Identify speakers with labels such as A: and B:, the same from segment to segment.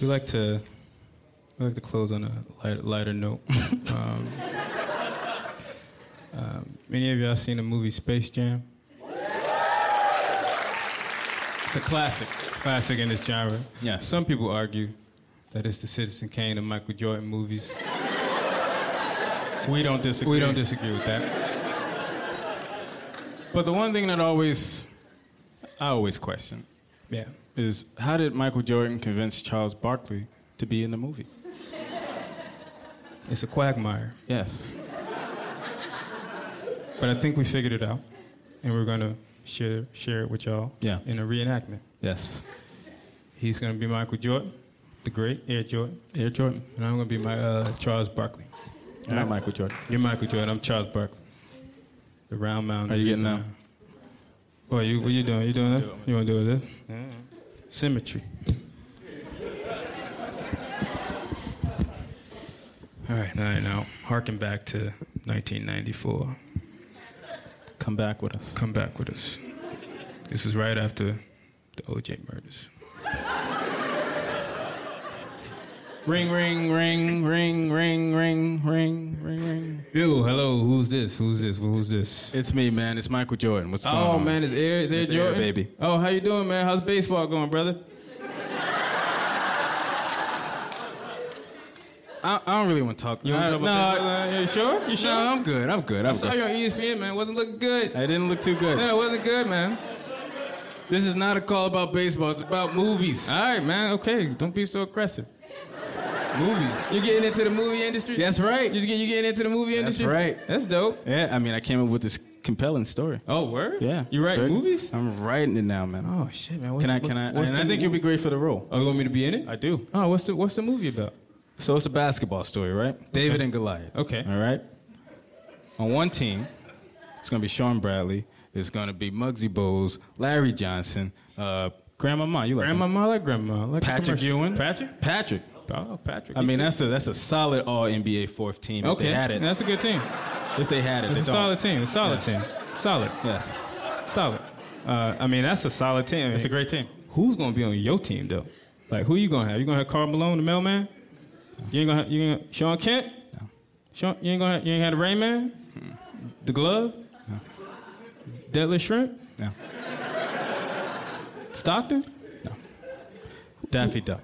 A: We like to we like to close on a light, lighter note. um, um, many of y'all seen the movie Space Jam? It's a classic, classic in this genre.
B: Yeah.
A: Some people argue that it's the Citizen Kane and Michael Jordan movies.
B: We don't disagree.
A: We don't disagree with that. But the one thing that always, I always question,
B: Yeah.
A: is how did Michael Jordan convince Charles Barkley to be in the movie?
B: It's a quagmire.
A: Yes. but I think we figured it out, and we're gonna share share it with y'all.
B: Yeah.
A: In a reenactment,
B: Yes.
A: he's gonna be Michael Jordan, the great Air Jordan,
B: Air Jordan.
A: and I'm gonna be my uh, Charles Barkley.
B: Not Michael Jordan.
A: You're Michael Jordan. I'm Charles Barkley. The round mound.
B: Are you getting
A: rebound.
B: them?
A: Boy, you, what you doing? You doing that? You want to do it? There? Symmetry. All right, all right. Now, harken back to 1994.
B: Come back with us.
A: Come back with us. This is right after the OJ murders.
B: Ring, ring, ring, ring, ring, ring, ring, ring, ring.
A: Yo, Oh, hello. Who's this? Who's this? Who's this?
B: It's me, man. It's Michael Jordan. What's going
A: Oh
B: on?
A: man, it's Air, it's Air
B: It's Air,
A: Jordan,
B: baby.
A: Oh, how you doing, man? How's baseball going, brother?
B: I, I don't really want to talk.
A: You want
B: I-
A: to talk
B: no,
A: about baseball? Uh, you sure? You
B: No,
A: sure?
B: I'm good. I'm good. I'm
A: Saw
B: good.
A: you on E ESPN, man. Wasn't looking good.
B: I didn't look too good.
A: Yeah, it wasn't good, man.
B: This is not a call about baseball. It's about movies.
A: All right, man. Uh, Okay, don't be so aggressive.
B: movies.
A: You're getting into the movie industry.
B: That's right.
A: You get- you getting into the movie
B: That's
A: industry.
B: right.
A: That's dope.
B: Yeah, I mean, I came up with this compelling story.
A: Oh, word.
B: Yeah.
A: You write
B: Sure.
A: movies?
B: I'm writing it now, man.
A: Oh shit, man. What's
B: Can I?
A: the-
B: Can I?
A: what's
B: And
A: the
B: I think you'll be great for the role.
A: Oh, you want me to be in it?
B: I do.
A: Oh, what's the what's the movie about?
B: So it's a basketball story, right? David and Goliath.
A: Okay.
B: All right. On one team, it's gonna be Sean Bradley. It's gonna be Muggsy Bowles, Larry Johnson, uh, Grandma Ma. You like him?
A: Grandma, I like grandma. I like the
B: Patrick
A: commercial.
B: Ewing.
A: Patrick.
B: Patrick.
A: Oh, Patrick.
B: I mean, that's a that's a solid All NBA fourth team. If
A: okay.
B: they had it.
A: That's a good team.
B: If they had it,
A: It's
B: they
A: a
B: don't.
A: solid team. A solid team. Solid.
B: Yes.
A: Solid. Uh, I mean, that's a solid team.
B: It's a great team.
A: Who's gonna be on your team though? Like, who you gonna have? You gonna have Carl Malone, the mailman? You ain't gonna have, you ain't gonna, Sean Kent?
B: No.
A: Sean, you ain't gonna have, you ain't had the Rain Man? The Glove?
B: No.
A: Deadlift Shrimp?
B: No.
A: Stockton?
B: Daffy Duck.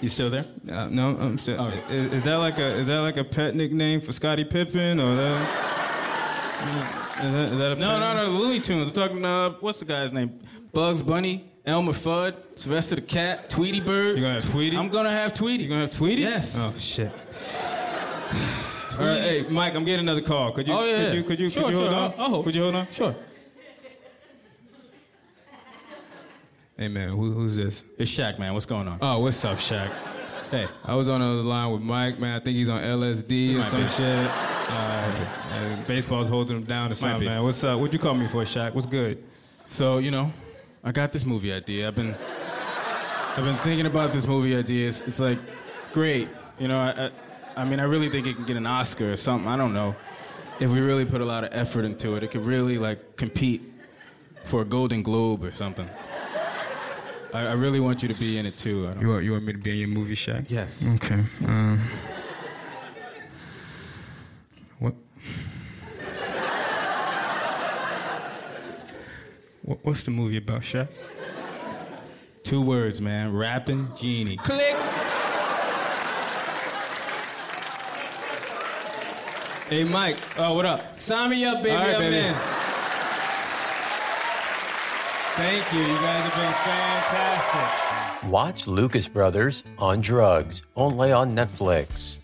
B: You still there?
A: Uh, no, I'm still.
B: Oh.
A: Is, is that like a is that like a pet nickname for Scottie Pippen or that? Is that, is that a
B: No, no, no. Looney Tunes. I'm talking. Uh, what's the guy's name? Bugs Bunny, Elmer Fudd, Sylvester the Cat, Tweety Bird.
A: You gonna have Tweety?
B: I'm gonna have Tweety.
A: You gonna have Tweety?
B: Yes.
A: Oh shit. All right, hey, Mike, I'm getting another call. Could you?
B: Oh, yeah.
A: Could you? Could you?
B: Sure,
A: could you
B: sure.
A: hold on?
B: I'll- I'll hold.
A: Could you hold on?
B: Sure.
A: Hey man, who, who's this?
B: It's Shaq, man. What's going on?
A: Oh, what's up, Shaq?
B: hey,
A: I was on the other line with Mike, man. I think he's on LSD or
B: might
A: some
B: be.
A: shit. Uh, uh, baseball's holding him down or something,
B: be.
A: man. What's up? What you call me for, Shaq? What's good?
B: so you know, I got this movie idea. I've been, I've been thinking about this movie idea. It's, it's like, great. You know, I, I, I mean, I really think it can get an Oscar or something. I don't know. If we really put a lot of effort into it, it could really like compete for a Golden Globe or something. I, I really want you to be in it too. I don't.
A: You want, you want me to
B: um,
A: be in your movie, Shaq?
B: Yes.
A: Okay. Um,
B: What? What- What's the movie about, Shaq? Two words, man. Rapping Genie.
A: Click.
B: Hey, Mike. Oh, what up?
A: Sign me up, baby.
B: All right,
A: I'm
B: baby.
A: in.
B: Thank you. You guys have been fantastic.
C: Watch Lucas Brothers on Drugs, only on Netflix.